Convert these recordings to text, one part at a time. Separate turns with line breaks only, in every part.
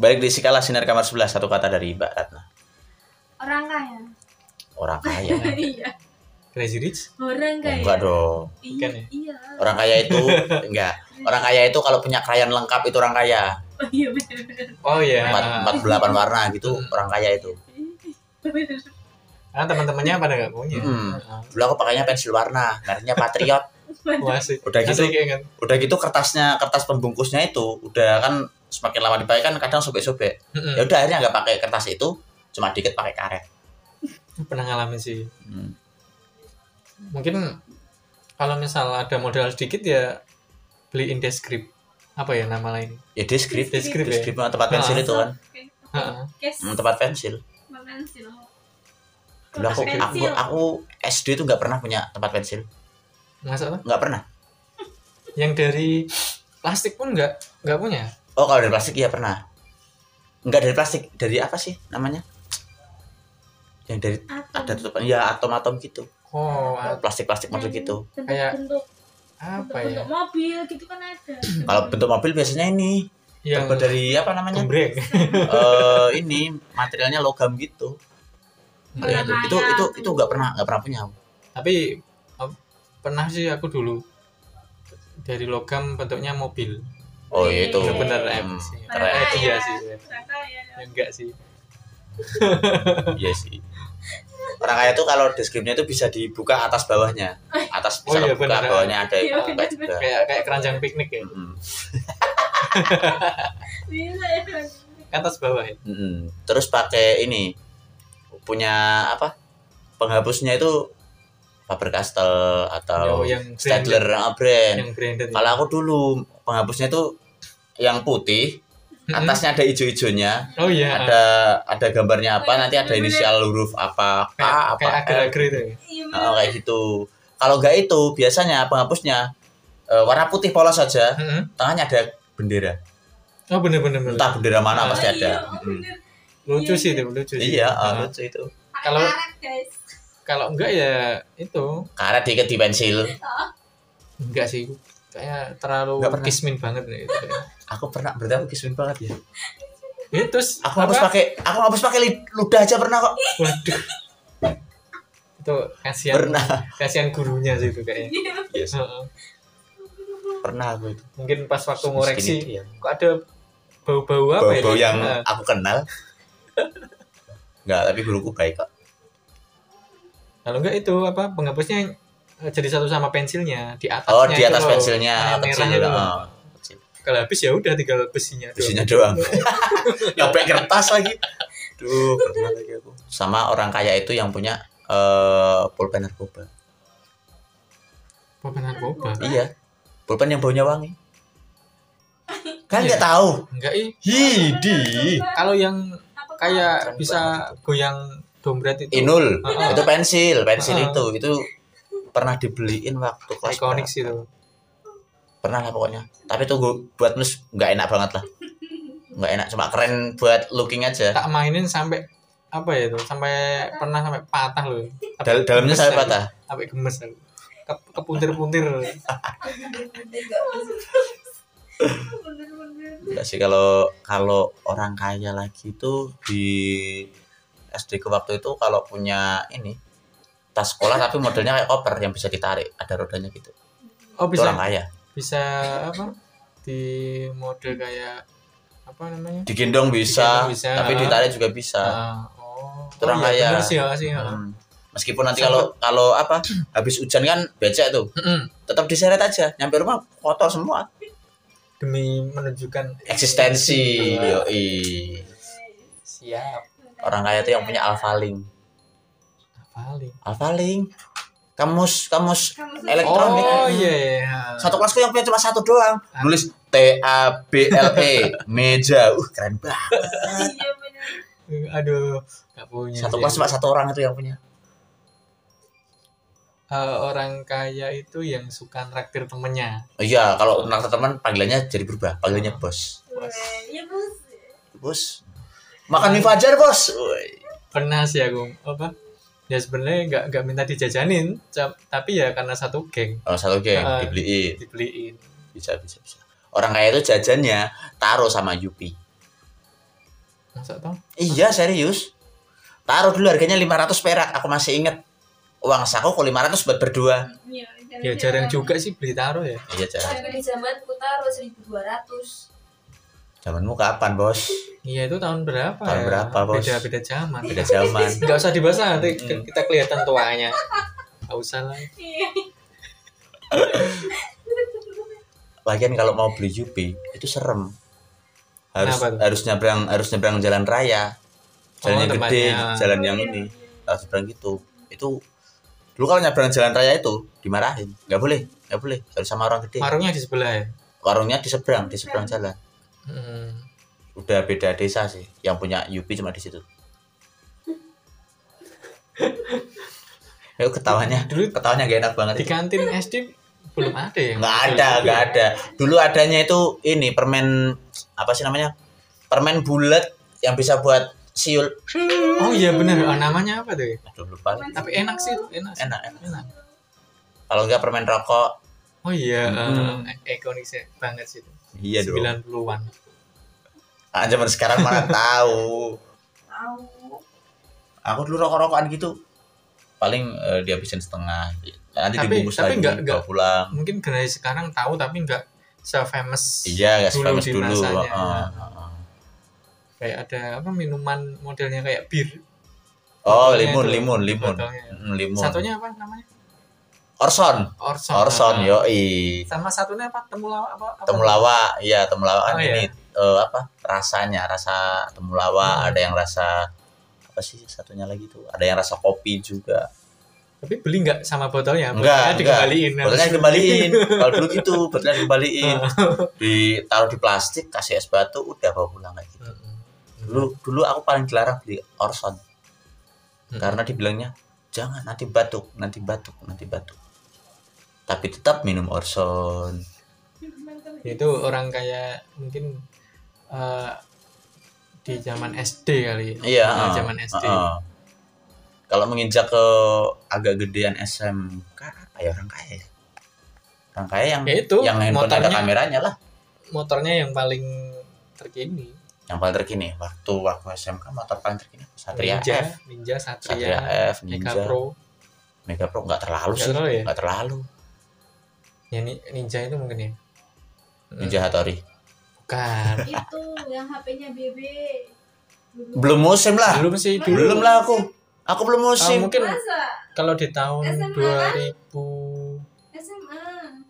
Balik di Sikala Sinar Kamar 11 satu kata dari Mbak Ratna.
Orang kaya.
Ya. Orang kaya.
Iya.
Crazy Rich?
Orang kaya.
Enggak dong. Kan
Iya.
Bukan ya?
Iya.
Orang kaya itu enggak. Orang kaya itu kalau punya krayon lengkap itu orang kaya.
Oh, iya benar-benar.
Oh iya.
Empat, empat delapan warna gitu orang kaya itu.
Karena Ah, teman-temannya pada nggak punya. Ah,
Hmm. Dulu aku pakainya pensil warna, mereknya Patriot.
Wah sih.
Udah gitu,
Asik ya kan?
udah gitu kertasnya kertas pembungkusnya itu udah kan semakin lama dipakai kan kadang sobek-sobek.
Mm-mm.
Ya udah akhirnya nggak pakai kertas itu, cuma dikit pakai karet.
Pernah ngalamin sih.
Hmm.
Mungkin kalau misal ada modal sedikit ya beli Indescript. Apa ya nama lain?
Ya deskrip,
Deskrip ya?
deskrip tempat pensil
Ah.
itu kan,
Oke.
Heeh.
Kes.
Hmm, tempat pensil.
Mbak pensil.
Dulu aku,
Kertas
aku,
pensil.
aku SD itu nggak pernah punya tempat pensil,
Masa apa?
nggak pernah.
Yang dari plastik pun nggak nggak punya.
Oh kalau dari plastik iya pernah. Nggak dari plastik, dari apa sih namanya? Yang dari
Atom.
ada tutupan, ya atom-atom gitu,
Oh, a-
plastik-plastik
Hmm.
model gitu.
Kayak-
bentuk,
apa
bentuk,
ya?
bentuk mobil gitu kan ada.
Kalau bentuk mobil biasanya ini
Yang
terbuat dari apa namanya?
gembreng.
Eh ini materialnya logam gitu. Ya,
Iya,
itu itu itu itu nggak pernah nggak pernah punya. aku.
Tapi em, pernah sih aku dulu dari logam bentuknya mobil.
Oh iya itu.
Itu bener
Hmm,
em, sih.
keren.
Eh,
Orang
iya
kaya.
sih.
Orang kaya.
Ya, enggak sih.
Iya sih. Orang kaya tuh kalau deskripsinya itu bisa dibuka atas bawahnya. Atas
Oh
bisa
iya,
dibuka
bener.
bawahnya ada
Iya,
yang buka
bener.
juga. Hmm.
Kayak kayak keranjang piknik ya.
Mm-mm.
Bisa ya.
Atas bawah ya.
Mm-mm. Terus pakai ini punya apa? Penghapusnya itu Faber Castell atau
Oh, yang
Staedtler ah, brand.
Yang ya. branded.
Kalau aku dulu penghapusnya itu yang putih,
Mm-mm.
atasnya ada ijo-ijonya,
Oh iya.
ada ada gambarnya apa nanti ada inisial huruf apa K
kayak,
apa
kayak
L.
agar-agar itu. ya.
Iya,
Oh, kayak gitu kalau nggak itu biasanya penghapusnya eh, warna putih polos saja
Mm-mm.
tangannya ada bendera
Oh bener bener bener.
entah bendera mana
Ah.
pasti ada
Oh,
Mm.
bener.
Lucu
Iya,
sih
iya.
itu lucu. sih.
iya eh,
Nah,
lucu itu
Pakai
Kalau-
karet, guys.
kalau enggak ya itu
karet dikit di pensil
enggak sih kayak terlalu
Enggak pernah.
kismin banget nih itu. kayak.
aku pernah berarti aku kismin banget ya
Ya, terus
aku hapus
apa?
pakai aku hapus pakai lid- ludah aja pernah kok
Waduh. itu kasihan
pernah
kasihan gurunya sih itu kayaknya.
Iya.
Yes,
Heeh.
pernah aku itu
Mungkin pas waktu ngoreksi
Miskin itu ya.
kok ada bau-bau apa ya?
bau-bau yang
Nah,
aku kenal Enggak, tapi guruku baik kok.
kalau enggak itu apa penghapusnya eh, jadi satu sama pensilnya di atasnya.
Oh, di
itu
atas
loh.
pensilnya
Warna
yang kecil.
merahnya itu loh.
Oh, kecil.
Kalau habis ya udah tinggal besinya. doang.
Isinya doang. Nyopek kertas lagi. Duh, pernah lagi aku. Sama orang kaya itu yang punya eh pulpen narkoba.
Pulpen narkoba.
Iya. Pulpen yang baunya wangi. Kan
Iya.
nggak tahu.
Enggak ih.
Hidi.
Kalau yang
Apa
kayak
Keren
bisa goyang dompet itu.
Inul.
Heeh.
Itu pensil, pensil
Heeh.
itu. Itu pernah dibeliin waktu kelas berapa.
Ikonik sih itu.
Pernah lah pokoknya. Tapi tuh gua buat nus nggak enak banget lah. Nggak enak, cuma keren buat looking aja.
Tak mainin sampai apa ya itu? Sampai pernah sampai patah loh.
Dal dalamnya
Gemes
sampai
aku.
patah.
Sampai gemes aku. Ke kepuntir-puntir.
Iya.
Bener-bener.
Enggak sih kalau kalau orang kaya lagi itu di SD ke waktu itu kalau punya ini tas sekolah tapi modelnya kayak koper yang bisa ditarik ada rodanya gitu.
Oh
Itu orang
bisa
kaya.
bisa apa? Di model kayak apa namanya?
Digendong bisa,
Digendong bisa,
tapi
ah.
ditarik juga bisa.
Ah, oh.
Itu orang
Oh,
kaya.
iya, bener sih, ya, sih. ya.
Hmm. Meskipun nanti kalau kalau apa habis hujan kan becek tuh,
Mm-mm.
tetap diseret aja. Nyampe rumah kotor semua.
Demi menunjukkan Iya.
Eksistensi.
Wah,
Yoi. Iya.
Siap.
Orang kaya itu yang punya alfaling.
Paling.
Alfaling. Kamus kamus
Kamu suka-
elektronik.
Oh iya iya.
satu kelasku yang punya cuma satu doang
Ah.
nulis T A B L E meja uh keren banget
Iya, bener.
Aduh, nggak punya.
satu
sih.
kelas cuma satu orang itu yang punya
Eh, orang kaya itu yang suka traktir temennya.
oh, iya kalau kenal teman panggilannya jadi berubah panggilannya bos
Iya, bos.
bos makan mie fajar bos Woi.
pernah sih aku apa ya sebenarnya nggak nggak minta dijajanin ca- tapi ya karena satu geng
oh satu geng
Ah.
dibeliin
dibeliin
bisa bisa bisa orang kaya itu jajannya taruh sama Yupi
masa tau
Iya serius. Taruh dulu harganya 500 perak. Aku masih inget uang saku kok 500 buat berdua.
Iya, jarang
ya jarang juga sih beli taruh ya
Iya cara.
Tapi di zaman ku taruh 1200.
Zamanmu kapan bos?
iya itu tahun berapa
Tahun
ya?
berapa, Bos?
beda beda zaman
Beda zaman.
nggak usah dibahas lah, nanti
Mm.
kita kelihatan tuanya nggak usah lah
Iya.
Lagian kalau mau beli Yupi itu serem. Harus
Kenapa tuh?
harus nyebrang harus nyebrang jalan raya. Jalan
Oh,
yang gede,
tempatnya.
jalan yang ini. Harus nyebrang gitu. Itu dulu kalau nyebrang jalan raya itu dimarahin. Nggak boleh, nggak boleh. Harus sama orang gede.
warungnya di sebelah ya
Warungnya di seberang, di seberang jalan.
Mm.
Udah beda desa sih. Yang punya Yupi cuma di situ. Ayo Eh, ketawanya,
Dulu-
ketawanya gak enak banget.
di kantin SD belum ada ya
nggak ada nggak ada dulu adanya itu ini permen apa sih namanya permen bulat yang bisa buat siul
oh iya benar oh, namanya apa tuh ya?
aduh lupa
tapi enak sih itu, enak sih.
enak enak
enak
kalau nggak permen rokok
oh iya
Hmm.
eh, ikonis banget sih itu
iya dong
90-an
ah, zaman sekarang mana tahu
Tahu.
aku dulu rokok rokokan gitu paling eh, dihabisin setengah nanti
Tapi-
dibungkus
tapi
lagi
nggak-
bawa
nggak-
pulang
mungkin generasi sekarang tahu tapi nggak se famous
iya nggak
Dulu
sepamus
di
dulu
masanya.
Heeh, heeh.
kayak ada apa minuman modelnya kayak bir
oh limun
Botolnya Iya, itu,
limun limun
botolnya.
Mm, limun
satunya Ah. apa namanya
Orson
Orson
Orson yoi
sama satunya apa temulawak apa, apa?
temulawak iya temulawak kan
Oh,
ini eh, apa rasanya rasa temulawak
Hmm.
ada yang rasa apa sih satunya lagi tuh ada yang rasa kopi juga
tapi beli nggak sama botolnya
enggak enggak
dikembaliin
botolnya kan dikembaliin kalau dulu gitu botolnya dikembaliin ditaruh di plastik kasih es batu udah bawa pulang kayak gitu
Mm-mm.
dulu dulu aku paling dilarang beli Orson
Mm-mm.
karena dibilangnya jangan nanti batuk nanti batuk nanti batuk tapi tetap minum Orson
Ya, itu orang kayak mungkin eh, di zaman SD kali
Iya,
Nah,
heeh,
zaman SD
heeh. ah. Kalau menginjak ke agak gedean SMK apa ya orang kaya ya? Orang kaya yang
ya itu
yang handphone ada kan?
motornya
kameranya lah.
motornya yang paling terkini
Yang paling terkini waktu waktu SMK motor paling terkini Satria
Ninja
F,
Ninja
Satria
Satria,
F,
Mega
Ninja,
Pro
Mega Pro nggak terlalu
Nggak
sih,
terlalu ya?
nggak terlalu.
ya Ni- Ninja itu mungkin ya Eh,
Ninja Hattori.
bukan
Itu yang HP-nya BB. Dulu.
Belum musim lah,
belum sih dulu
Ah. belum lah aku. Aku belum
Ah,
musim.
mungkin
Masa?
kalau di tahun
SMA kan?
2000
SMA.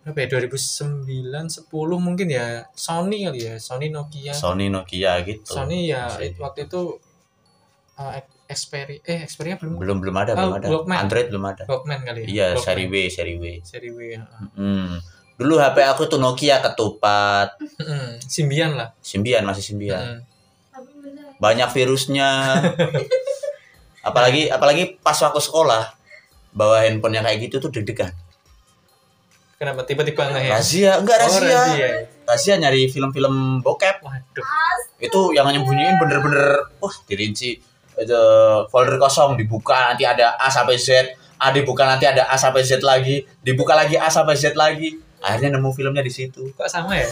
apa ya 2009 10 mungkin ya Sony kali ya Sony Nokia
Sony Nokia gitu.
Sony ya
Masih.
waktu itu uh, Xperia eh Xperia belum
belum belum ada,
Oh,
belum ada.
Walkman.
Android belum ada.
Walkman kali ya
Iya,
Walkman.
seri W, seri W.
seri W ya.
Hmm. Dulu HP aku tuh Nokia ketupat,
Mm-mm, Symbian lah
Symbian masih Symbian.
Mm.
Tapi bener.
Banyak virusnya. apalagi apalagi pas waktu sekolah bawa handphone yang kayak gitu tuh deg-degan.
kenapa tiba-tiba nggak ya
Razia, enggak
Oh,
razia. razia.
razia.
nyari film-film bokep.
waduh
Itu yang nyembunyiin bener-bener wah dirinci itu folder kosong dibuka nanti ada A sampai Z, A dibuka nanti ada A sampai Z lagi, dibuka lagi
ya?
A sampai Z lagi. Akhirnya nemu filmnya di situ.
kok sama ya